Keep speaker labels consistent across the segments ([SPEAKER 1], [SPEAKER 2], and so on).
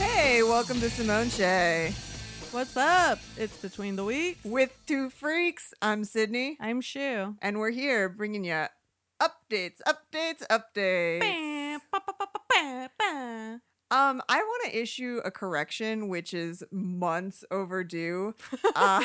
[SPEAKER 1] welcome to Simone Shea
[SPEAKER 2] What's up? It's between the week.
[SPEAKER 1] with two freaks. I'm Sydney,
[SPEAKER 2] I'm Shu.
[SPEAKER 1] and we're here bringing you updates, updates, updates.
[SPEAKER 2] Bam, ba, ba, ba, ba, ba, ba.
[SPEAKER 1] Um, I want to issue a correction, which is months overdue. Uh,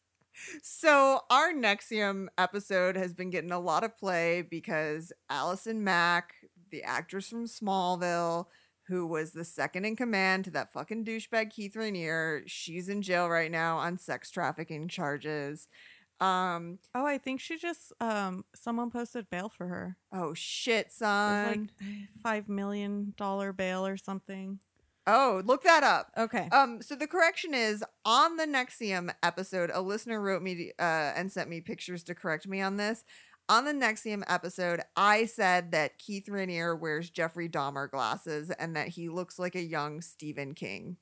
[SPEAKER 1] so our Nexium episode has been getting a lot of play because Allison Mack, the actress from Smallville, who was the second in command to that fucking douchebag Keith Rainier, she's in jail right now on sex trafficking charges. Um,
[SPEAKER 2] Oh, I think she just um someone posted bail for her.
[SPEAKER 1] oh shit,
[SPEAKER 2] It
[SPEAKER 1] son.
[SPEAKER 2] was like five million dollar bail or something.
[SPEAKER 1] oh, look that up.
[SPEAKER 2] Okay.
[SPEAKER 1] Um, so the correction is on the Nexium episode, a listener wrote me uh, and sent me pictures to correct me on this. On the Nexium episode, I said that Keith Rainier wears Jeffrey Dahmer glasses and that he looks like a young Stephen King.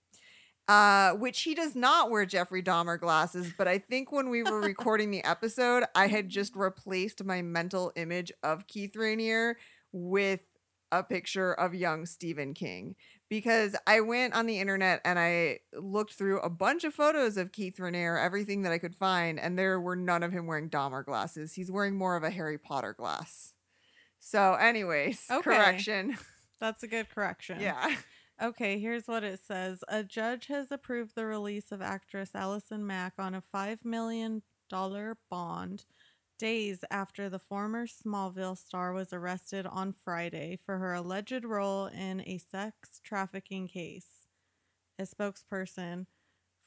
[SPEAKER 1] Uh, which he does not wear Jeffrey Dahmer glasses, but I think when we were recording the episode, I had just replaced my mental image of Keith Rainier with a picture of young Stephen King because I went on the internet and I looked through a bunch of photos of Keith Rainier, everything that I could find, and there were none of him wearing Dahmer glasses. He's wearing more of a Harry Potter glass. So, anyways,
[SPEAKER 2] Okay.
[SPEAKER 1] correction.
[SPEAKER 2] That's a good correction.
[SPEAKER 1] Yeah.
[SPEAKER 2] Okay, here's what it says. A judge has approved the release of actress Allison Mack on a $5 million bond days after the former Smallville star was arrested on Friday for her alleged role in a sex trafficking case. A spokesperson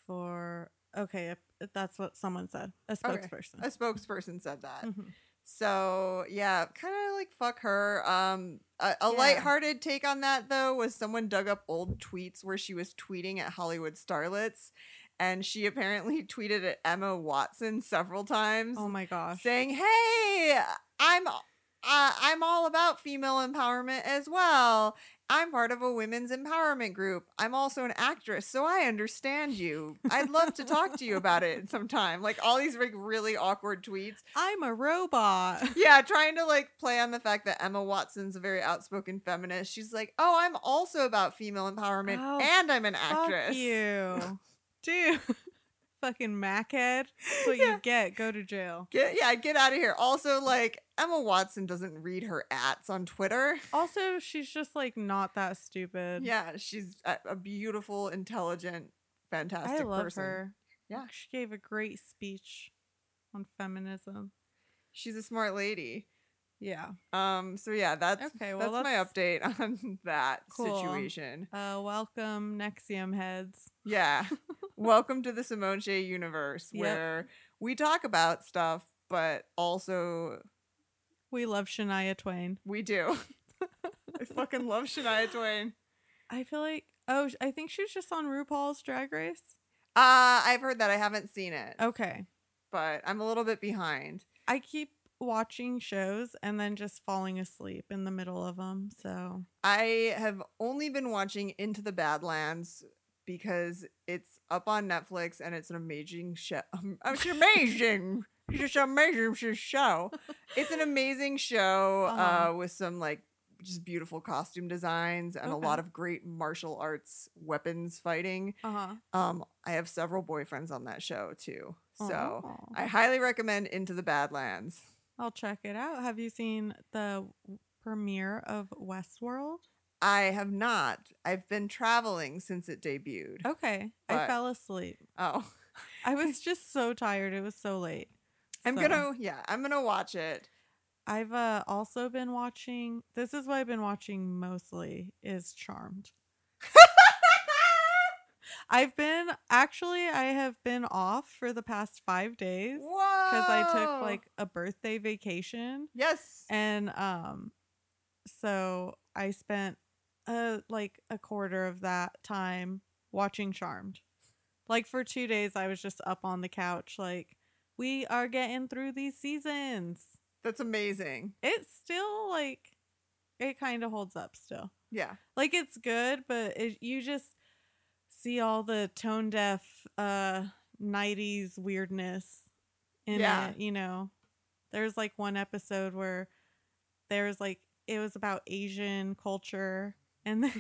[SPEAKER 2] for. Okay, that's what someone said. A
[SPEAKER 1] Okay.
[SPEAKER 2] spokesperson.
[SPEAKER 1] A spokesperson said that.
[SPEAKER 2] Mhm.
[SPEAKER 1] So, yeah, kind of like fuck her. Um a, a
[SPEAKER 2] Yeah.
[SPEAKER 1] lighthearted take on that though was someone dug up old tweets where she was tweeting at Hollywood starlets and she apparently tweeted at Emma Watson several times.
[SPEAKER 2] Oh my gosh.
[SPEAKER 1] saying, "Hey, I'm uh, I'm all about female empowerment as well. I'm part of a women's empowerment group. I'm also an actress, so I understand you. I'd love to talk to you about it sometime." Like all these like really awkward tweets.
[SPEAKER 2] I'm a robot.
[SPEAKER 1] Yeah, trying to like play on the fact that Emma Watson's a very outspoken feminist. She's like, "Oh, I'm also about female empowerment
[SPEAKER 2] Oh,
[SPEAKER 1] and I'm an actress."
[SPEAKER 2] Fuck you. Dude. Fucking mackhead. That's what
[SPEAKER 1] Yeah.
[SPEAKER 2] you get. Go to jail.
[SPEAKER 1] Get, yeah, get out of here. Also, like Emma Watson doesn't read her ats on Twitter.
[SPEAKER 2] Also, she's just like not that stupid.
[SPEAKER 1] Yeah, she's a, a beautiful, intelligent, fantastic
[SPEAKER 2] I love
[SPEAKER 1] person.
[SPEAKER 2] her.
[SPEAKER 1] Yeah.
[SPEAKER 2] She gave a great speech on feminism.
[SPEAKER 1] She's a smart lady.
[SPEAKER 2] Yeah.
[SPEAKER 1] Um, so yeah, that's
[SPEAKER 2] Okay, well,
[SPEAKER 1] that's,
[SPEAKER 2] that's-
[SPEAKER 1] my update on that
[SPEAKER 2] Cool.
[SPEAKER 1] situation.
[SPEAKER 2] Uh welcome Nexium heads.
[SPEAKER 1] Yeah. Welcome to the Simone Shea universe
[SPEAKER 2] Yep.
[SPEAKER 1] where we talk about stuff, but also
[SPEAKER 2] We love Shania Twain.
[SPEAKER 1] we do. I fucking love Shania Twain.
[SPEAKER 2] I feel like oh, sh- I think she was just on RuPaul's Drag Race.
[SPEAKER 1] Uh, I've heard that I haven't seen it,
[SPEAKER 2] Okay.
[SPEAKER 1] but I'm a little bit behind.
[SPEAKER 2] I keep watching shows and then just falling asleep in the middle of them. So,
[SPEAKER 1] I have only been watching Into the Badlands because it's up on Netflix and it's an amazing show. Um, it's amazing. It's just amazing sh- show. It's an amazing show uh
[SPEAKER 2] Uh-huh.
[SPEAKER 1] with some like just beautiful costume designs and a lot of great martial arts weapons fighting.
[SPEAKER 2] uh-huh.
[SPEAKER 1] Um, I have several boyfriends on that show too. So
[SPEAKER 2] Oh.
[SPEAKER 1] I highly recommend Into the Badlands.
[SPEAKER 2] I'll check it out. Have you seen the w- premiere of Westworld?
[SPEAKER 1] I have not. I've been traveling since it debuted.
[SPEAKER 2] Okay. I
[SPEAKER 1] But-
[SPEAKER 2] fell asleep.
[SPEAKER 1] Oh.
[SPEAKER 2] I was just so tired. It was so late.
[SPEAKER 1] I'm
[SPEAKER 2] So,
[SPEAKER 1] gonna yeah, I'm gonna watch it.
[SPEAKER 2] I've uh, also been watching. This is what I've been watching mostly is Charmed. I've been actually I have been off for the past 5 days
[SPEAKER 1] Whoa!
[SPEAKER 2] cuz I took like a birthday vacation
[SPEAKER 1] yes,
[SPEAKER 2] and um so I spent uh like a quarter of that time watching Charmed. Like for 2 days I was just up on the couch like we are getting through these seasons.
[SPEAKER 1] that's amazing.
[SPEAKER 2] It's still like it kind of holds up still.
[SPEAKER 1] Yeah,
[SPEAKER 2] Like it's good, but it, you just see all the tone deaf uh 90s weirdness in
[SPEAKER 1] Yeah.
[SPEAKER 2] it, you know. There's like one episode where there was like it was about Asian culture and they,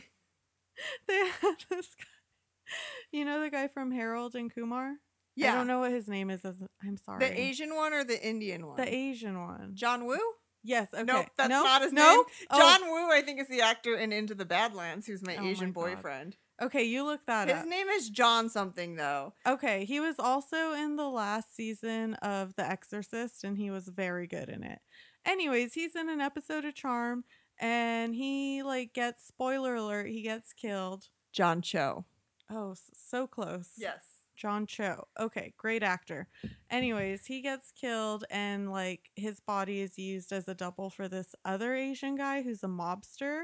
[SPEAKER 2] they had this guy You know the guy from Harold and Kumar? I
[SPEAKER 1] Yeah.
[SPEAKER 2] don't know what his name is. as- I'm sorry.
[SPEAKER 1] The Asian one or the Indian one?
[SPEAKER 2] The Oh. Asian one.
[SPEAKER 1] John Woo?
[SPEAKER 2] Yes. Okay.
[SPEAKER 1] Nope, that's
[SPEAKER 2] Nope,
[SPEAKER 1] not his
[SPEAKER 2] nope. Oh,
[SPEAKER 1] John Woo, I think, is the actor in Into the Badlands, who's my
[SPEAKER 2] Oh my
[SPEAKER 1] Asian
[SPEAKER 2] God.
[SPEAKER 1] boyfriend.
[SPEAKER 2] Okay, you look that
[SPEAKER 1] His
[SPEAKER 2] up.
[SPEAKER 1] name is John something, though.
[SPEAKER 2] Okay, he was also in the last season of The Exorcist and he was very good in it. Anyways, he's in an episode of Charm and he like gets spoiler alert, he gets killed.
[SPEAKER 1] John Cho.
[SPEAKER 2] Oh, s- so close.
[SPEAKER 1] Yes.
[SPEAKER 2] John Cho. Okay, great actor. Anyways, he gets killed and like his body is used as a double for this other Asian guy who's a mobster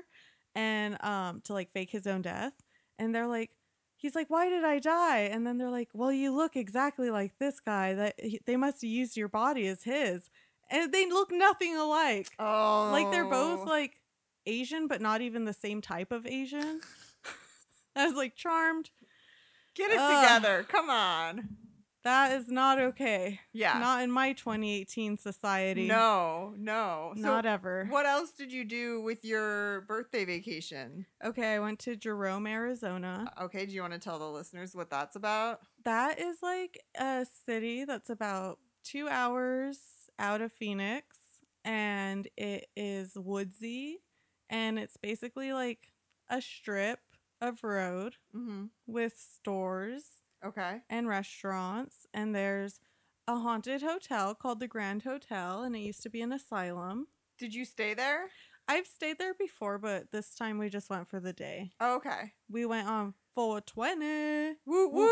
[SPEAKER 2] and um to like fake his own death. And they're like he's like why did I die? And then they're like, "Well, you look exactly like this guy. That he- they must have used your body as his." And they look nothing alike.
[SPEAKER 1] Oh.
[SPEAKER 2] Like they're both like Asian but not even the same type of Asian. I was like charmed.
[SPEAKER 1] Get it
[SPEAKER 2] Ugh.
[SPEAKER 1] together. Come on.
[SPEAKER 2] That is not okay.
[SPEAKER 1] Yeah.
[SPEAKER 2] Not in my 2018 society.
[SPEAKER 1] no, no. So
[SPEAKER 2] Not ever.
[SPEAKER 1] What else did you do with your birthday vacation?
[SPEAKER 2] Okay, I went to Jerome, Arizona.
[SPEAKER 1] Okay, do you want to tell the listeners what that's about?
[SPEAKER 2] That is like a city that's about two hours out of Phoenix, and it is woodsy, and it's basically like a strip of road
[SPEAKER 1] Mm-hmm.
[SPEAKER 2] with stores
[SPEAKER 1] Okay.
[SPEAKER 2] and restaurants and there's a haunted hotel called the Grand Hotel and it used to be an asylum.
[SPEAKER 1] Did you stay there?
[SPEAKER 2] I've stayed there before, but this time we just went for the day.
[SPEAKER 1] Oh, okay.
[SPEAKER 2] We went on 420.
[SPEAKER 1] Woo
[SPEAKER 2] Woo
[SPEAKER 1] woo.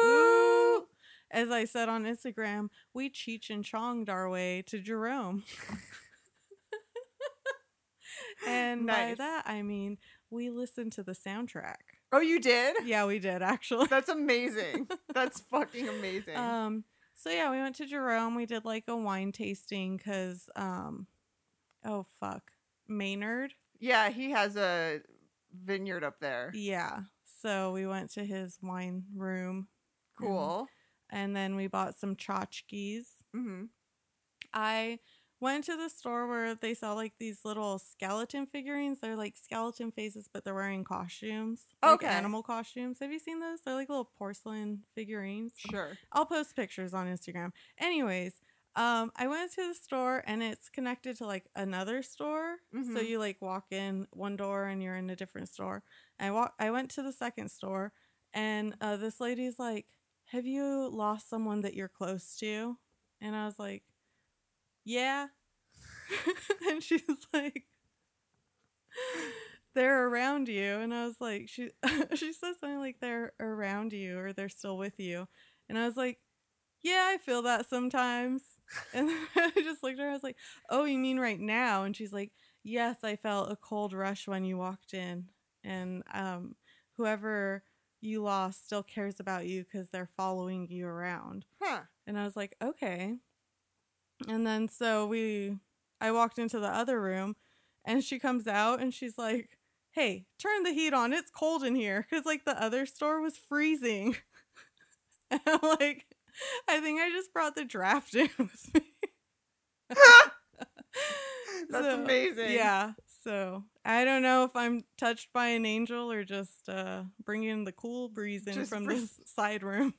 [SPEAKER 2] woo. As I said on Instagram, we Cheech and Chonged our way to Jerome. and by
[SPEAKER 1] Nice.
[SPEAKER 2] that, I mean we listened to the soundtrack.
[SPEAKER 1] Oh, you did?
[SPEAKER 2] Yeah, we did actually.
[SPEAKER 1] That's amazing. that's fucking amazing.
[SPEAKER 2] Um, so yeah, we went to Jerome. We did like a wine tasting because, um, oh fuck, Maynard.
[SPEAKER 1] yeah, he has a vineyard up there.
[SPEAKER 2] Yeah. So we went to his wine room
[SPEAKER 1] Cool.
[SPEAKER 2] and then we bought some tchotchkes.
[SPEAKER 1] Mm-hmm.
[SPEAKER 2] I went to the store where they sell like these little skeleton figurines. They're like skeleton faces, but they're wearing costumes. Like
[SPEAKER 1] Okay.
[SPEAKER 2] animal costumes. Have you seen those? They're like little porcelain figurines.
[SPEAKER 1] Sure.
[SPEAKER 2] I'll post pictures on Instagram. Anyways, um, I went to the store and it's connected to like another store. So
[SPEAKER 1] Mhm.
[SPEAKER 2] you like walk in one door and you're in a different store. I walk. I went to the second store and uh, this lady's like, "Have you lost someone that you're close to?" And I was like, "Yeah." and she's like, they're around you and i was like she she says something like they're around you or they're still with you and i was like yeah i feel that sometimes and then i just looked at her i was like oh you mean right now and she's like yes i felt a cold rush when you walked in and um whoever you lost still cares about you because they're following you around
[SPEAKER 1] Huh.
[SPEAKER 2] and I was like, okay. And then so we, I walked into the other room and she comes out and she's like, hey, turn the heat on. It's cold in here. Cause like the other store was freezing. and I'm like, I think I just brought the draft in with me.
[SPEAKER 1] That's
[SPEAKER 2] So,
[SPEAKER 1] amazing.
[SPEAKER 2] Yeah. So I don't know if I'm touched by an angel or just uh, bringing the cool breeze in
[SPEAKER 1] Just
[SPEAKER 2] from
[SPEAKER 1] breeze.
[SPEAKER 2] this side room.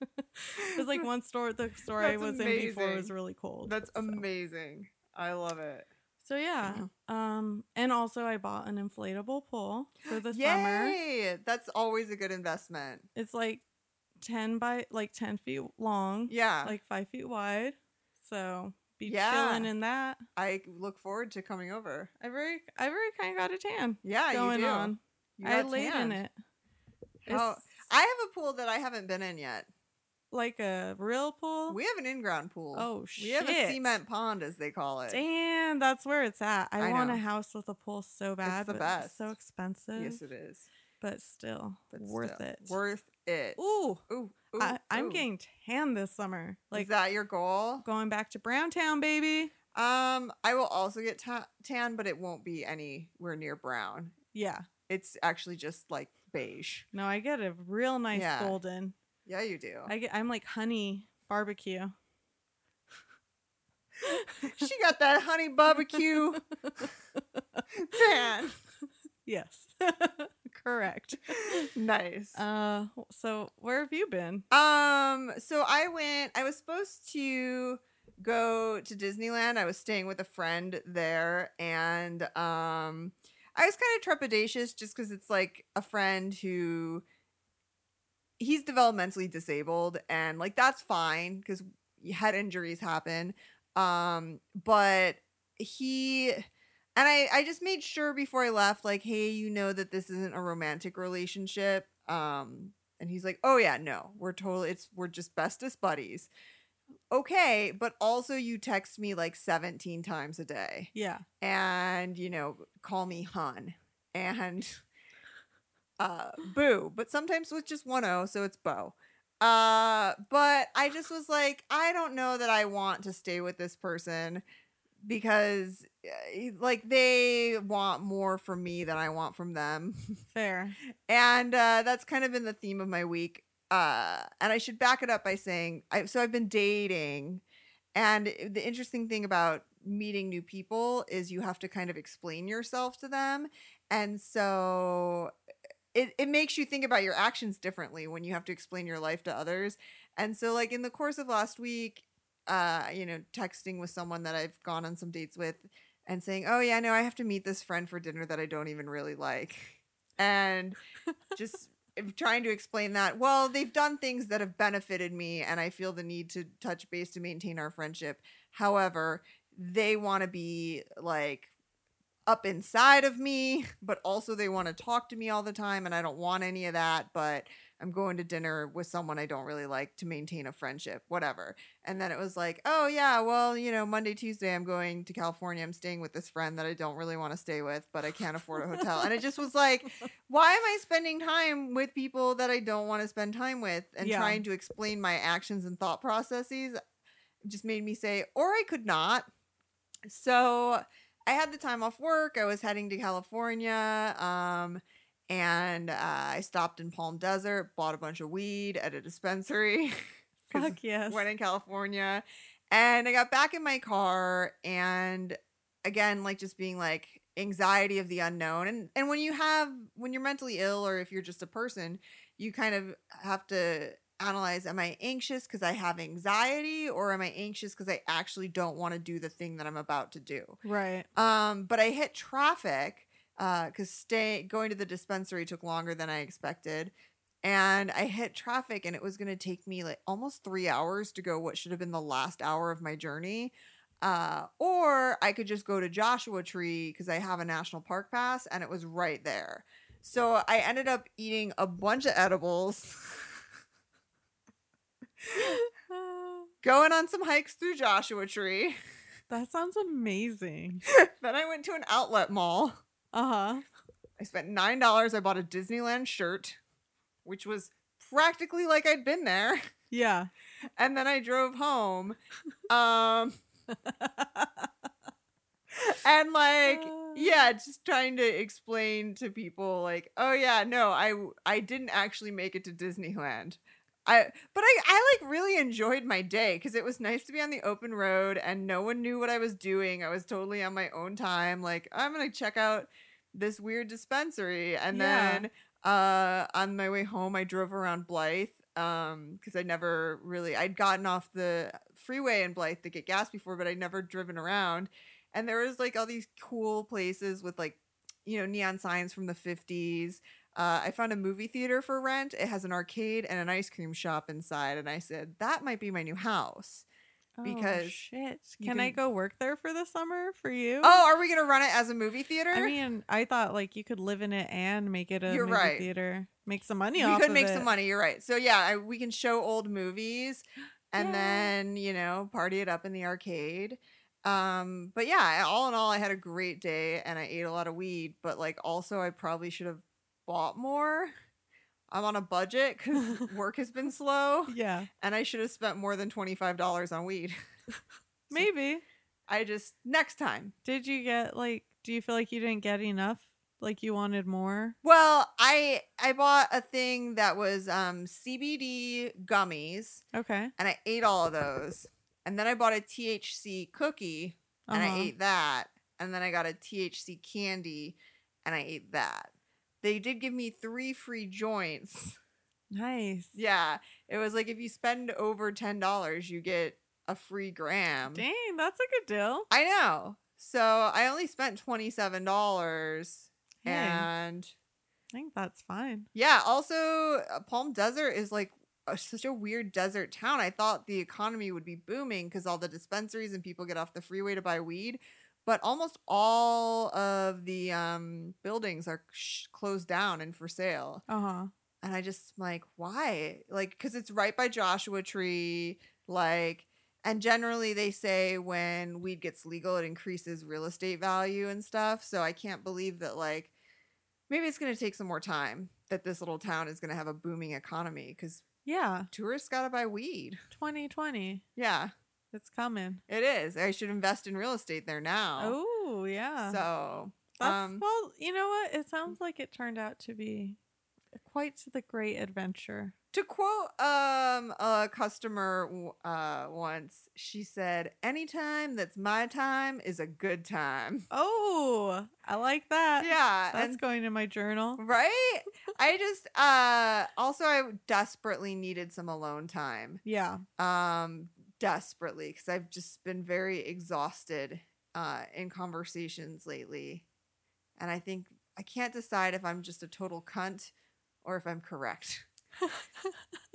[SPEAKER 2] It's like one store the store I
[SPEAKER 1] That's
[SPEAKER 2] was in before was
[SPEAKER 1] amazing.
[SPEAKER 2] really cold.
[SPEAKER 1] That's
[SPEAKER 2] so.
[SPEAKER 1] amazing. I love it. Mm-hmm.
[SPEAKER 2] So yeah. Um and also I bought an inflatable pool for the summer.
[SPEAKER 1] Yay! That's always a good investment.
[SPEAKER 2] It's like ten by like ten feet long.
[SPEAKER 1] Yeah.
[SPEAKER 2] Like five feet wide. So be
[SPEAKER 1] Yeah.
[SPEAKER 2] chilling in that.
[SPEAKER 1] I look forward to coming over.
[SPEAKER 2] I very I very kinda got a tan
[SPEAKER 1] Yeah,
[SPEAKER 2] going
[SPEAKER 1] you do.
[SPEAKER 2] on.
[SPEAKER 1] You
[SPEAKER 2] I
[SPEAKER 1] got
[SPEAKER 2] laid in
[SPEAKER 1] tanned.
[SPEAKER 2] it. It's
[SPEAKER 1] How- I have a pool that I haven't been in yet.
[SPEAKER 2] like a real pool.
[SPEAKER 1] We have an in-ground pool.
[SPEAKER 2] oh
[SPEAKER 1] we
[SPEAKER 2] shit.
[SPEAKER 1] have a cement pond, as they call it.
[SPEAKER 2] Damn, that's where it's at. I,
[SPEAKER 1] I
[SPEAKER 2] want
[SPEAKER 1] know.
[SPEAKER 2] a house with a pool so bad.
[SPEAKER 1] the
[SPEAKER 2] but it's so
[SPEAKER 1] best.
[SPEAKER 2] expensive.
[SPEAKER 1] Yes, it is.
[SPEAKER 2] but still,
[SPEAKER 1] But
[SPEAKER 2] worth
[SPEAKER 1] still,
[SPEAKER 2] it.
[SPEAKER 1] Worth it.
[SPEAKER 2] Ooh,
[SPEAKER 1] Ooh, ooh,
[SPEAKER 2] I, I'm
[SPEAKER 1] ooh.
[SPEAKER 2] getting tan this summer. Like
[SPEAKER 1] is that your goal?
[SPEAKER 2] going back to Browntown, baby.
[SPEAKER 1] Um, I will also get ta- tan, but it won't be anywhere near brown.
[SPEAKER 2] Yeah.
[SPEAKER 1] It's actually just like beige.
[SPEAKER 2] No, I get a real nice
[SPEAKER 1] Yeah. Oh.
[SPEAKER 2] golden.
[SPEAKER 1] Yeah, you do.
[SPEAKER 2] I get. I'm like honey barbecue.
[SPEAKER 1] she got that honey barbecue tan.
[SPEAKER 2] Yes. Correct.
[SPEAKER 1] nice.
[SPEAKER 2] Uh, so where have you been?
[SPEAKER 1] Um, so I went, I was supposed to go to Disneyland. I was staying with a friend there and um I was kind of trepidatious just cuz it's like a friend who he's developmentally disabled and like that's fine cuz head injuries happen. Um but he and I I just made sure before I left like hey, you know that this isn't a romantic relationship. Um and he's like, "Oh yeah, no, we're totally it's we're just bestest buddies." Okay, but also you text me like 17 times a day
[SPEAKER 2] Yeah.
[SPEAKER 1] and, you know, call me hun and uh boo, but sometimes with just one o, so it's bo. Uh but I just was like, I don't know that I want to stay with this person because uh, like they want more from me than I want from them.
[SPEAKER 2] Fair.
[SPEAKER 1] And uh, that's kind of been the theme of my week. Uh, and I should back it up by saying, I, so I've been dating, and the interesting thing about meeting new people is you have to kind of explain yourself to them, and so it it makes you think about your actions differently when you have to explain your life to others. And so, like in the course of last week, uh, you know, texting with someone that I've gone on some dates with, and saying, "Oh yeah, no, I have to meet this friend for dinner that I don't even really like," and just if trying to explain that. Well, they've done things that have benefited me, and I feel the need to touch base to maintain our friendship. However, they want to be like up inside of me, but also they want to talk to me all the time, and I don't want any of that. But I'm going to dinner with someone I don't really like to maintain a friendship, whatever. And then it was like, oh, yeah, well, you know, Monday, Tuesday, I'm going to California. I'm staying with this friend that I don't really want to stay with, but I can't afford a hotel. and it just was like, why am I spending time with people that I don't want to spend time with and
[SPEAKER 2] Yeah.
[SPEAKER 1] trying to explain my actions and thought processes? just made me say, or I could not. So I had the time off work. I was heading to California. Um, and uh, I stopped in Palm Desert, bought a bunch of weed at a dispensary. 'Cause
[SPEAKER 2] Fuck yes.
[SPEAKER 1] went in California. And I got back in my car and again, like just being like anxiety of the unknown. And and when you have when you're mentally ill or if you're just a person, you kind of have to analyze am I anxious because I have anxiety or am I anxious because I actually don't want to do the thing that I'm about to do?
[SPEAKER 2] right.
[SPEAKER 1] Um, but I hit traffic because stay going to the dispensary took longer than I expected, and I hit traffic, and it was going to take me like almost three hours to go what should have been the last hour of my journey. Uh, or I could just go to Joshua Tree because I have a national park pass, and it was right there. So I ended up eating a bunch of edibles.
[SPEAKER 2] Uh,
[SPEAKER 1] Going on some hikes through Joshua Tree.
[SPEAKER 2] that sounds amazing.
[SPEAKER 1] then I went to an outlet mall.
[SPEAKER 2] Uh huh.
[SPEAKER 1] I spent nine dollars. I bought a Disneyland shirt, which was practically like I'd been there.
[SPEAKER 2] Yeah.
[SPEAKER 1] And then I drove home. Um and like
[SPEAKER 2] Uh.
[SPEAKER 1] yeah, just trying to explain to people like, oh yeah, no, I I didn't actually make it to Disneyland. I but I, I like really enjoyed my day because it was nice to be on the open road and no one knew what I was doing. I was totally on my own time. Like I'm gonna check out this weird dispensary and
[SPEAKER 2] Yeah.
[SPEAKER 1] then uh on my way home I drove around Blythe um because I never really I'd gotten off the freeway in Blythe to get gas before but I'd never driven around and there was like all these cool places with like you know neon signs from the 50s uh, I found a movie theater for rent. It has an arcade and an ice cream shop inside. And I said, that might be my new house.
[SPEAKER 2] oh,
[SPEAKER 1] Because
[SPEAKER 2] shit.
[SPEAKER 1] you
[SPEAKER 2] Can I
[SPEAKER 1] can-
[SPEAKER 2] go work there for the summer for you?
[SPEAKER 1] Oh, are we going to run it as a movie theater?
[SPEAKER 2] I mean, I thought like you could live in it and make it a
[SPEAKER 1] You're
[SPEAKER 2] movie
[SPEAKER 1] right.
[SPEAKER 2] theater, make some money
[SPEAKER 1] we
[SPEAKER 2] off
[SPEAKER 1] could
[SPEAKER 2] of
[SPEAKER 1] make
[SPEAKER 2] it.
[SPEAKER 1] some money. You're right. So, yeah, I, we can show old movies and
[SPEAKER 2] Yeah.
[SPEAKER 1] then, you know, party it up in the arcade. Um, but yeah, I- all in all, I had a great day and I ate a lot of weed, but like also, I probably should have bought more. I'm on a budget because work has been slow
[SPEAKER 2] Yeah,
[SPEAKER 1] and I should have spent more than $25 on weed.
[SPEAKER 2] maybe.
[SPEAKER 1] I just next time.
[SPEAKER 2] Did you get like? Do you feel like you didn't get enough? Like you wanted more?
[SPEAKER 1] Well, I I bought a thing that was um CBD gummies
[SPEAKER 2] Okay.
[SPEAKER 1] and I ate all of those. And then I bought a THC cookie and I
[SPEAKER 2] Uh-huh.
[SPEAKER 1] ate that. And then I got a THC candy and I ate that. They did give me three free joints.
[SPEAKER 2] Nice.
[SPEAKER 1] Yeah, it was like if you spend over ten dollars, you get a free gram.
[SPEAKER 2] Dang, that's a good deal.
[SPEAKER 1] I know. So I only spent twenty seven dollars,
[SPEAKER 2] Hey,
[SPEAKER 1] and
[SPEAKER 2] I think that's fine.
[SPEAKER 1] yeah. Also, uh, Palm Desert is like a, such a weird desert town. I thought the economy would be booming because all the dispensaries and people get off the freeway to buy weed, but almost all of the um, buildings are sh- closed down and for sale.
[SPEAKER 2] Uh huh.
[SPEAKER 1] And I just am like, why? Like, because it's right by Joshua Tree. Like, and generally they say when weed gets legal, it increases real estate value and stuff. So I can't believe that, like, maybe it's going to take some more time that this little town is going to have a booming economy because
[SPEAKER 2] Yeah,
[SPEAKER 1] tourists got to buy weed.
[SPEAKER 2] 2020.
[SPEAKER 1] Yeah,
[SPEAKER 2] It's coming.
[SPEAKER 1] it is. I should invest in real estate there now.
[SPEAKER 2] Oh, yeah.
[SPEAKER 1] So,
[SPEAKER 2] That's,
[SPEAKER 1] um, mm.
[SPEAKER 2] well, you know what? It sounds like it turned out to be quite the great adventure.
[SPEAKER 1] To quote um, a customer w- uh, once, she said, "Any time that's my time is a good time."
[SPEAKER 2] Oh, I like that.
[SPEAKER 1] Yeah,
[SPEAKER 2] That's
[SPEAKER 1] and
[SPEAKER 2] going in my journal.
[SPEAKER 1] right. I just uh, also I desperately needed some alone time,
[SPEAKER 2] Yeah.
[SPEAKER 1] um, desperately because I've just been very exhausted uh, in conversations lately, and I think I can't decide if I'm just a total cunt or if I'm correct.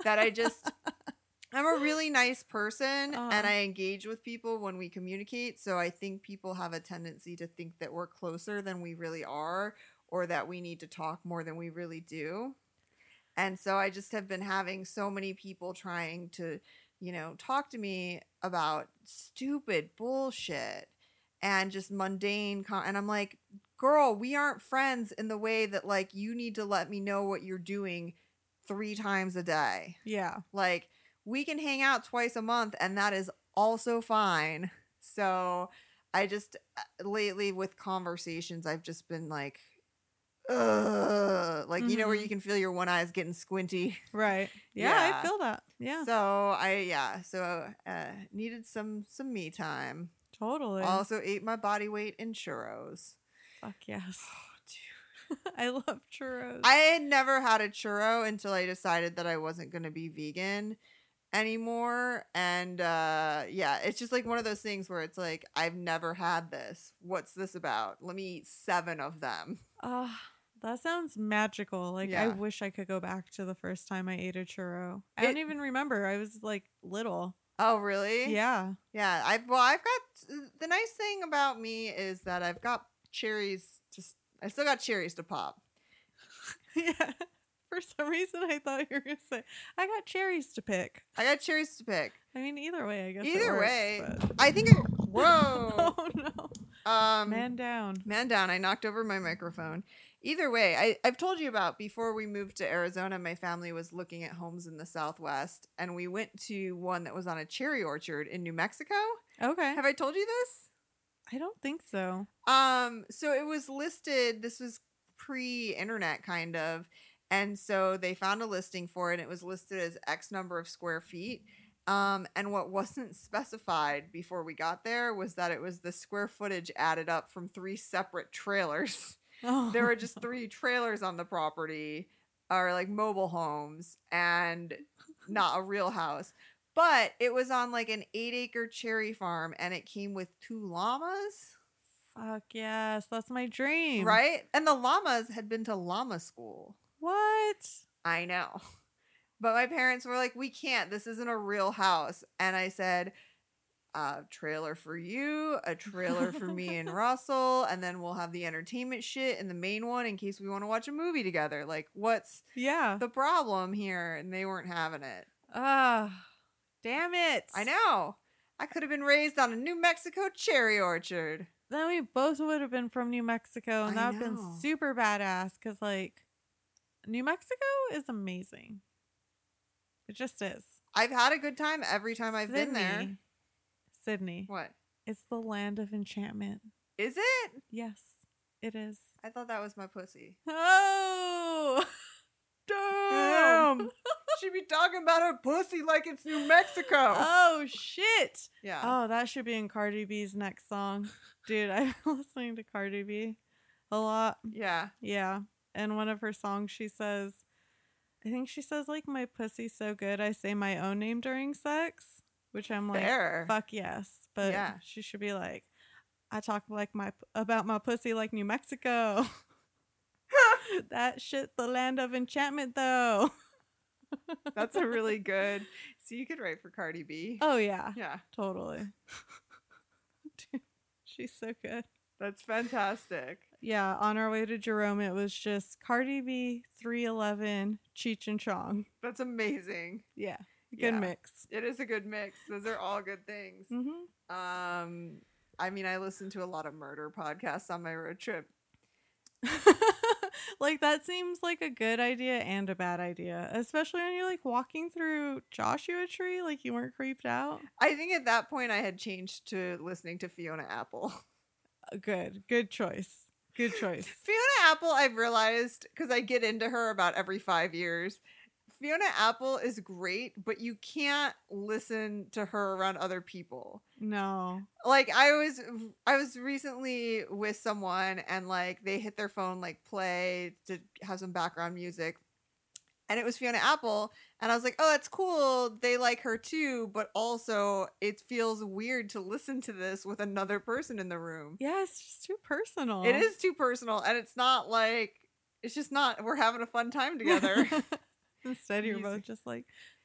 [SPEAKER 1] that I just I'm a really nice person
[SPEAKER 2] Uh-huh.
[SPEAKER 1] and I engage with people when we communicate. So I think people have a tendency to think that we're closer than we really are or that we need to talk more than we really do. And so I just have been having so many people trying to, you know, talk to me about stupid bullshit and just mundane con- and I'm like, "Girl, we aren't friends in the way that like you need to let me know what you're doing 3 times a day."
[SPEAKER 2] Yeah.
[SPEAKER 1] Like we can hang out twice a month and that is also fine. So I just uh, lately with conversations I've just been like Ugh. like you know where
[SPEAKER 2] Mhm.
[SPEAKER 1] you can feel your one eye's getting squinty.
[SPEAKER 2] Right. Yeah,
[SPEAKER 1] Yeah.
[SPEAKER 2] I feel that. Yeah.
[SPEAKER 1] So I yeah, so uh needed some some me time.
[SPEAKER 2] totally.
[SPEAKER 1] Also ate my body weight in churros.
[SPEAKER 2] Fuck yes. I love churros.
[SPEAKER 1] Oh, I had never had a churro until I decided that I wasn't going to be vegan anymore. And uh, yeah, it's just like one of those things where it's like, I've never had this. What's this about? Let me eat seven of them.
[SPEAKER 2] Ah, that sounds magical. Like
[SPEAKER 1] Yeah.
[SPEAKER 2] I wish I could go back to the first time I ate a churro. I don't
[SPEAKER 1] It-
[SPEAKER 2] even remember. I was like little.
[SPEAKER 1] Oh, really?
[SPEAKER 2] Yeah.
[SPEAKER 1] Yeah. I've, well, I've got the nice thing about me is that I've got cherries, just, I still got cherries to pop.
[SPEAKER 2] yeah. For some reason I thought you were gonna say I got cherries to pick.
[SPEAKER 1] I got cherries to pick.
[SPEAKER 2] I mean either way I guess. it
[SPEAKER 1] Either
[SPEAKER 2] works,
[SPEAKER 1] way.
[SPEAKER 2] but-
[SPEAKER 1] I think, I, whoa.
[SPEAKER 2] Oh no.
[SPEAKER 1] Um,
[SPEAKER 2] Man down.
[SPEAKER 1] Man down, I knocked over my microphone. Either way, I, I've told you about before we moved to Arizona, my family was looking at homes in the Southwest, and we went to one that was on a cherry orchard in New Mexico.
[SPEAKER 2] Okay.
[SPEAKER 1] Have I told you this?
[SPEAKER 2] I don't think so.
[SPEAKER 1] Um, so it was listed, this was pre internet kind of. And so they found a listing for it, and it was listed as X number of square feet. Um, and what wasn't specified before we got there was that it was the square footage added up from three separate trailers
[SPEAKER 2] Oh
[SPEAKER 1] there were just three trailers on the property or like mobile homes and not a real house but it was on like an eight acre cherry farm and it came with two llamas
[SPEAKER 2] fuck yes, that's my dream.
[SPEAKER 1] right and the llamas had been to llama school
[SPEAKER 2] What?
[SPEAKER 1] i know but my parents were like we can't this isn't a real house and i said a trailer for you a trailer for me and russell and then we'll have the entertainment shit in the main one in case we want to watch a movie together like what's
[SPEAKER 2] Yeah.
[SPEAKER 1] the problem here and they weren't having it.
[SPEAKER 2] Ah. damn it.
[SPEAKER 1] I know. I could have been raised on a New Mexico cherry orchard.
[SPEAKER 2] then we both would have been from New Mexico, and
[SPEAKER 1] I
[SPEAKER 2] that would have
[SPEAKER 1] know.
[SPEAKER 2] been super badass. Cause like, New Mexico is amazing. It just is.
[SPEAKER 1] I've had a good time every time I've been there.
[SPEAKER 2] Sydney- Sydney.
[SPEAKER 1] What?
[SPEAKER 2] It's the land of enchantment.
[SPEAKER 1] Is it?
[SPEAKER 2] Yes, it is.
[SPEAKER 1] I thought that was my pussy.
[SPEAKER 2] Oh, damn!
[SPEAKER 1] she be talking about her pussy like it's New Mexico.
[SPEAKER 2] Oh shit!
[SPEAKER 1] Yeah.
[SPEAKER 2] Oh, that should be in Cardi B's next song, dude. I've been listening to Cardi B a lot.
[SPEAKER 1] Yeah.
[SPEAKER 2] Yeah. And one of her songs, she says, I think she says, like, my pussy's so good, I say my own name during sex, which I'm like,
[SPEAKER 1] Fair.
[SPEAKER 2] fuck yes. But
[SPEAKER 1] Yeah.
[SPEAKER 2] she should be like, I talk like my about my pussy like New Mexico. that shit, the land of enchantment, though.
[SPEAKER 1] That's a really good. So you could write for Cardi B.
[SPEAKER 2] Oh, yeah,
[SPEAKER 1] Yeah.
[SPEAKER 2] totally. Dude, she's so good.
[SPEAKER 1] That's fantastic.
[SPEAKER 2] Yeah, on our way to Jerome, it was just Cardi B, 311, Cheech and Chong.
[SPEAKER 1] That's amazing.
[SPEAKER 2] Yeah, good
[SPEAKER 1] Yeah.
[SPEAKER 2] mix.
[SPEAKER 1] It is a good mix. Those are all good things.
[SPEAKER 2] Mm-hmm.
[SPEAKER 1] Um, I mean, I listened to a lot of murder podcasts on my road trip.
[SPEAKER 2] like that seems like a good idea and a bad idea, especially when you're like walking through Joshua Tree, like you weren't creeped out.
[SPEAKER 1] I think at that point I had changed to listening to Fiona Apple.
[SPEAKER 2] Uh, Good, good choice, good choice.
[SPEAKER 1] Fiona Apple, I've realized because I get into her about every five years. Fiona Apple is great, but you can't listen to her around other people.
[SPEAKER 2] No,
[SPEAKER 1] Like I was, I was recently with someone, and like they hit their phone, like play to have some background music, and it was Fiona Apple, and I was like, oh, that's cool. They like her too, but also it feels weird to listen to this with another person in the room.
[SPEAKER 2] yeah, it's just too personal.
[SPEAKER 1] It is too personal, and it's not like it's just not. We're having a fun time together.
[SPEAKER 2] Instead, you're
[SPEAKER 1] Music.
[SPEAKER 2] both just like,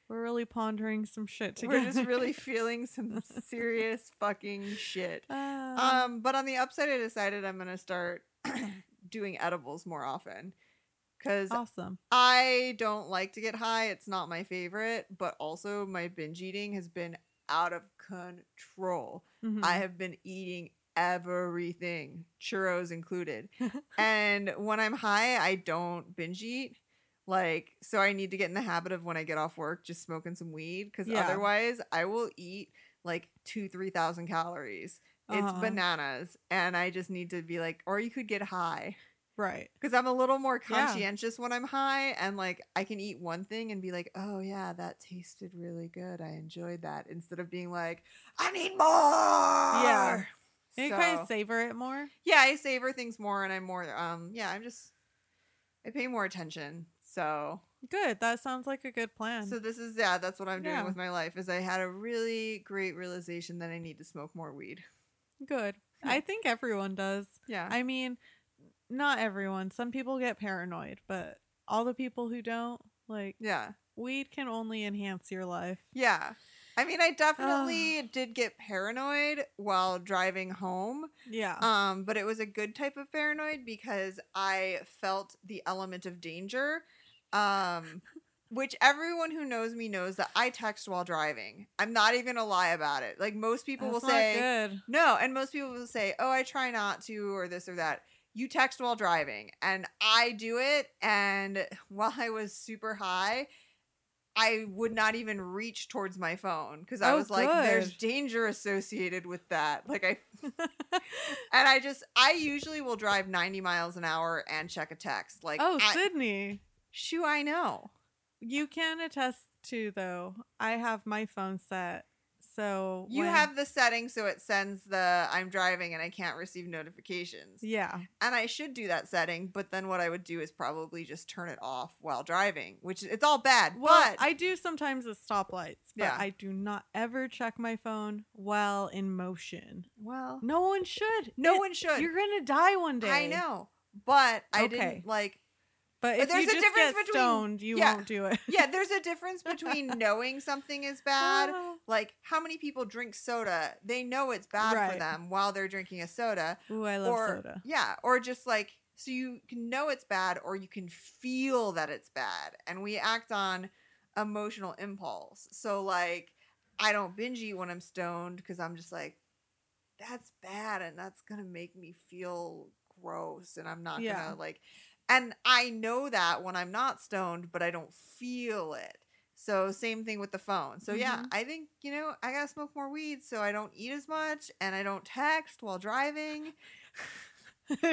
[SPEAKER 2] we're really pondering some shit together.
[SPEAKER 1] we're just really feeling some serious fucking shit.
[SPEAKER 2] Uh,
[SPEAKER 1] Um, but on the upside, I decided I'm gonna start doing edibles more often because
[SPEAKER 2] awesome.
[SPEAKER 1] I don't like to get high. It's not my favorite, but also my binge eating has been out of control.
[SPEAKER 2] Mhm.
[SPEAKER 1] I have been eating everything, churros included. and when I'm high, I don't binge eat. Like, so I need to get in the habit of when I get off work just smoking some weed because
[SPEAKER 2] Yeah.
[SPEAKER 1] otherwise I will eat like two, 3,000 calories. It's
[SPEAKER 2] Uh-huh.
[SPEAKER 1] bananas. And I just need to be like, or you could get high
[SPEAKER 2] right.
[SPEAKER 1] because I'm a little more
[SPEAKER 2] Yeah.
[SPEAKER 1] conscientious when I'm high and like I can eat one thing and be like, oh yeah, that tasted really good. I enjoyed that instead of being like, I need more.
[SPEAKER 2] You
[SPEAKER 1] So-
[SPEAKER 2] kind of savor it more.
[SPEAKER 1] yeah, I savor things more and I'm more, um, yeah, I'm just, I pay more attention. So,
[SPEAKER 2] Good. That sounds like a good plan.
[SPEAKER 1] so this is, yeah, that's what I'm doing
[SPEAKER 2] Um Yeah.
[SPEAKER 1] with my life is I had a really great realization that I need to smoke more weed.
[SPEAKER 2] good.
[SPEAKER 1] Yeah.
[SPEAKER 2] I think everyone does.
[SPEAKER 1] Yeah.
[SPEAKER 2] I mean, not everyone. Some people get paranoid, but all the people who don't, like,
[SPEAKER 1] yeah.
[SPEAKER 2] weed can only enhance your life.
[SPEAKER 1] Yeah. I mean, I
[SPEAKER 2] Ah.
[SPEAKER 1] definitely did get paranoid while driving home.
[SPEAKER 2] Yeah.
[SPEAKER 1] Um, but it was a good type of paranoid because I felt the element of danger. Um, which everyone who knows me knows that I text while driving. I'm not even a lie about it. Like most people
[SPEAKER 2] That's
[SPEAKER 1] will
[SPEAKER 2] not
[SPEAKER 1] say
[SPEAKER 2] good.
[SPEAKER 1] no, and most people will say, "Oh, I try not to," or this or that. You text while driving, and I do it. And while I was super high, I would not even reach towards my phone because I
[SPEAKER 2] Oh,
[SPEAKER 1] was like, "There's
[SPEAKER 2] good.
[SPEAKER 1] danger associated with that." Like I, and I just, I usually will drive 90 miles an hour and check a text. Like,
[SPEAKER 2] oh,
[SPEAKER 1] I,
[SPEAKER 2] Sydney.
[SPEAKER 1] shoo, I know.
[SPEAKER 2] You can attest to, though, I have my phone set. So
[SPEAKER 1] You
[SPEAKER 2] when-
[SPEAKER 1] have the setting so it sends the I'm driving and I can't receive notifications.
[SPEAKER 2] Yeah.
[SPEAKER 1] and I should do that setting, but then what I would do is probably just turn it off while driving, which it's all bad.
[SPEAKER 2] Well,
[SPEAKER 1] but
[SPEAKER 2] I do sometimes at stoplights, but
[SPEAKER 1] Yeah.
[SPEAKER 2] I do not ever check my phone while in motion.
[SPEAKER 1] well,
[SPEAKER 2] No one should.
[SPEAKER 1] no
[SPEAKER 2] It-
[SPEAKER 1] one should.
[SPEAKER 2] You're gonna die one day.
[SPEAKER 1] I know, but I
[SPEAKER 2] Okay.
[SPEAKER 1] didn't like.
[SPEAKER 2] But if
[SPEAKER 1] there's
[SPEAKER 2] you
[SPEAKER 1] a
[SPEAKER 2] just
[SPEAKER 1] difference
[SPEAKER 2] get
[SPEAKER 1] between-
[SPEAKER 2] stoned, you
[SPEAKER 1] yeah.
[SPEAKER 2] won't do it.
[SPEAKER 1] Yeah, there's a difference between knowing something is bad.
[SPEAKER 2] Ah.
[SPEAKER 1] Like how many people drink soda? They know it's bad for
[SPEAKER 2] Right.
[SPEAKER 1] them while they're drinking a soda,
[SPEAKER 2] Ooh, I love
[SPEAKER 1] or
[SPEAKER 2] soda.
[SPEAKER 1] yeah, or just like so you can know it's bad, or you can feel that it's bad, and we act on emotional impulse. So like, I don't binge eat when I'm stoned because I'm just like, that's bad, and that's gonna make me feel gross, and I'm not
[SPEAKER 2] Yeah.
[SPEAKER 1] gonna like, and I know that when I'm not stoned, but I don't feel it. So same thing with the phone. So yeah,
[SPEAKER 2] Mhm.
[SPEAKER 1] I think you know I gotta smoke more weed so I don't eat as much and I don't text while driving.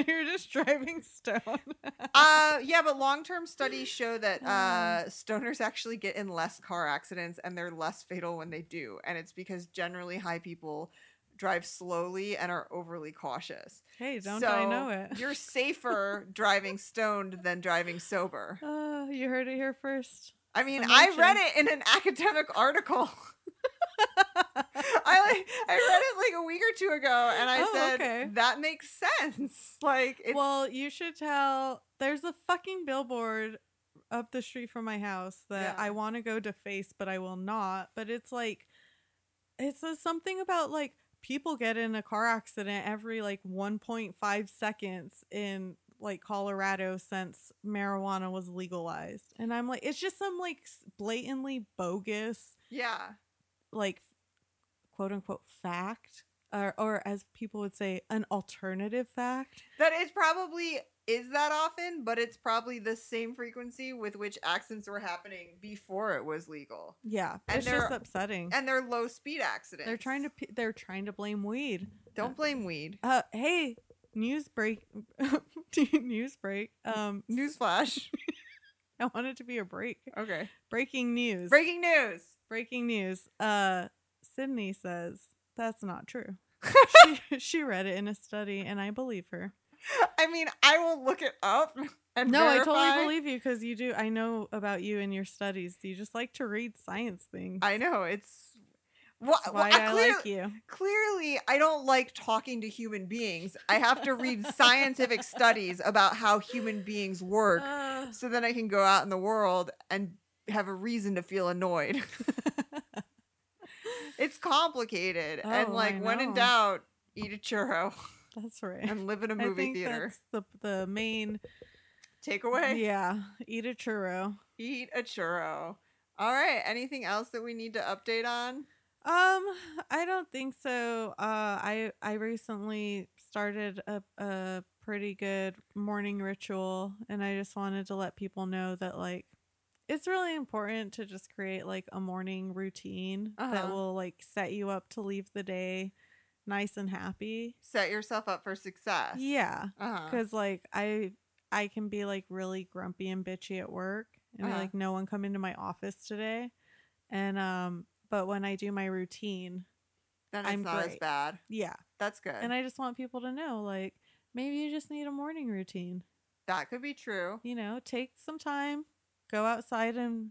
[SPEAKER 2] You're just driving stone.
[SPEAKER 1] uh yeah but long-term studies show
[SPEAKER 2] Mm.
[SPEAKER 1] that uh stoners actually get in less car accidents and they're less fatal when they do and it's because generally high people drive slowly and are overly cautious.
[SPEAKER 2] Hey, don't I know
[SPEAKER 1] So
[SPEAKER 2] it?
[SPEAKER 1] You're safer driving stoned than driving sober.
[SPEAKER 2] Uh, you heard it here first.
[SPEAKER 1] I mean, I
[SPEAKER 2] Summation.
[SPEAKER 1] read it in an academic article. I like I read it like a week or two ago and I
[SPEAKER 2] Oh,
[SPEAKER 1] said
[SPEAKER 2] okay.
[SPEAKER 1] that makes sense. Like it's
[SPEAKER 2] well, you should tell. There's a fucking billboard up the street from my house that
[SPEAKER 1] Yeah.
[SPEAKER 2] I want to go to face, but I will not. But it's like, it says something about like people get in a car accident every like 1.5 seconds in like Colorado since marijuana was legalized. And I'm like, it's just some like s- blatantly bogus,
[SPEAKER 1] yeah.
[SPEAKER 2] like quote unquote fact. Or, or as people would say, an alternative fact.
[SPEAKER 1] That it probably is that often, but it's probably the same frequency with which accidents were happening before it was legal.
[SPEAKER 2] Yeah,
[SPEAKER 1] And
[SPEAKER 2] it's
[SPEAKER 1] they're-
[SPEAKER 2] just upsetting.
[SPEAKER 1] And they're low speed accidents.
[SPEAKER 2] Mm. They're trying to p- they're trying to blame weed.
[SPEAKER 1] don't blame weed.
[SPEAKER 2] Uh, hey, news break, news break. Um,
[SPEAKER 1] Newsflash.
[SPEAKER 2] I want it to be a break.
[SPEAKER 1] okay.
[SPEAKER 2] Breaking news.
[SPEAKER 1] Breaking news.
[SPEAKER 2] Breaking news. Uh, Sydney says that's not true. she, she read it in a study, and I believe her.
[SPEAKER 1] I mean, I will look it up and
[SPEAKER 2] No, I
[SPEAKER 1] verify.
[SPEAKER 2] totally believe you because you do. I know about you and your studies. You just like to read science things.
[SPEAKER 1] I know it's. Well,
[SPEAKER 2] That's
[SPEAKER 1] well,
[SPEAKER 2] why
[SPEAKER 1] I
[SPEAKER 2] I
[SPEAKER 1] clear-
[SPEAKER 2] like you.
[SPEAKER 1] clearly, I don't like talking to human beings. I have to read scientific studies about how human beings work
[SPEAKER 2] Ugh.
[SPEAKER 1] so then I can go out in the world and have a reason to feel annoyed. it's complicated. and
[SPEAKER 2] Oh,
[SPEAKER 1] like
[SPEAKER 2] I
[SPEAKER 1] when in
[SPEAKER 2] know.
[SPEAKER 1] doubt, eat a churro
[SPEAKER 2] that's right.
[SPEAKER 1] and live in a
[SPEAKER 2] I
[SPEAKER 1] movie
[SPEAKER 2] think
[SPEAKER 1] theater.
[SPEAKER 2] that's the the main
[SPEAKER 1] Takeaway,
[SPEAKER 2] Yeah, eat a churro.
[SPEAKER 1] eat a churro. All right, anything else that we need to update on?
[SPEAKER 2] Um, I don't think so. Uh, I I recently started a a pretty good morning ritual, and I just wanted to let people know that like it's really important to just create like a morning routine that
[SPEAKER 1] Uh-huh.
[SPEAKER 2] will like set you up to leave the day nice and happy.
[SPEAKER 1] Set yourself up for success.
[SPEAKER 2] Yeah.
[SPEAKER 1] Uh-huh.
[SPEAKER 2] because like i i can be like really grumpy and bitchy at work and be
[SPEAKER 1] Uh-huh.
[SPEAKER 2] like no one come into my office today and um but when i do my routine
[SPEAKER 1] Then it's
[SPEAKER 2] I'm
[SPEAKER 1] not as
[SPEAKER 2] great.
[SPEAKER 1] bad.
[SPEAKER 2] yeah
[SPEAKER 1] That's good.
[SPEAKER 2] and i just want people to know like maybe you just need a morning routine
[SPEAKER 1] that could be true.
[SPEAKER 2] you know take some time go outside and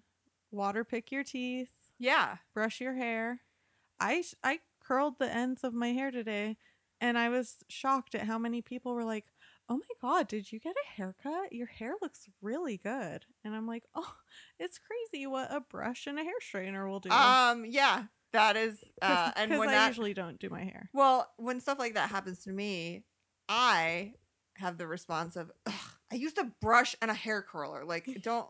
[SPEAKER 2] water pick your teeth
[SPEAKER 1] Yeah.
[SPEAKER 2] brush your hair i sh- i curled the ends of my hair today and i was shocked at how many people were like oh my god did you get a haircut your hair looks really good and i'm like oh it's crazy what a brush and a hair straightener will do
[SPEAKER 1] Um. Yeah. That is. Uh, and
[SPEAKER 2] because
[SPEAKER 1] when
[SPEAKER 2] i
[SPEAKER 1] that
[SPEAKER 2] usually don't do my hair
[SPEAKER 1] Well, when stuff like that happens to me, I have the response of, Ugh, I used a brush and a hair curler. Like, don't,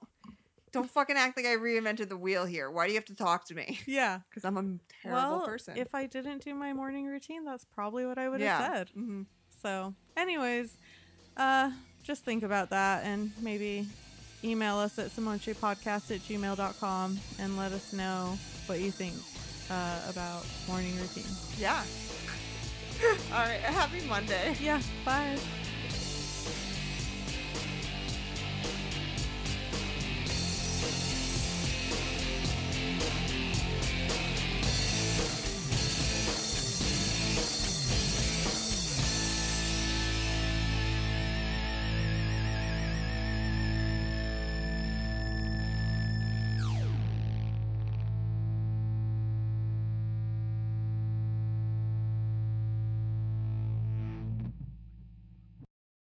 [SPEAKER 1] don't fucking act like I reinvented the wheel here. Why do you have to talk to me?
[SPEAKER 2] yeah
[SPEAKER 1] Because I'm a terrible
[SPEAKER 2] well
[SPEAKER 1] person.
[SPEAKER 2] if i didn't do my morning routine that's probably what i would
[SPEAKER 1] Yeah.
[SPEAKER 2] have said
[SPEAKER 1] Mhm.
[SPEAKER 2] so anyways uh just think about that and maybe email us at simonchepodcast at gmail.com and let us know what you think uh, about morning routines.
[SPEAKER 1] Yeah. All right. Happy Monday.
[SPEAKER 2] Yeah, bye.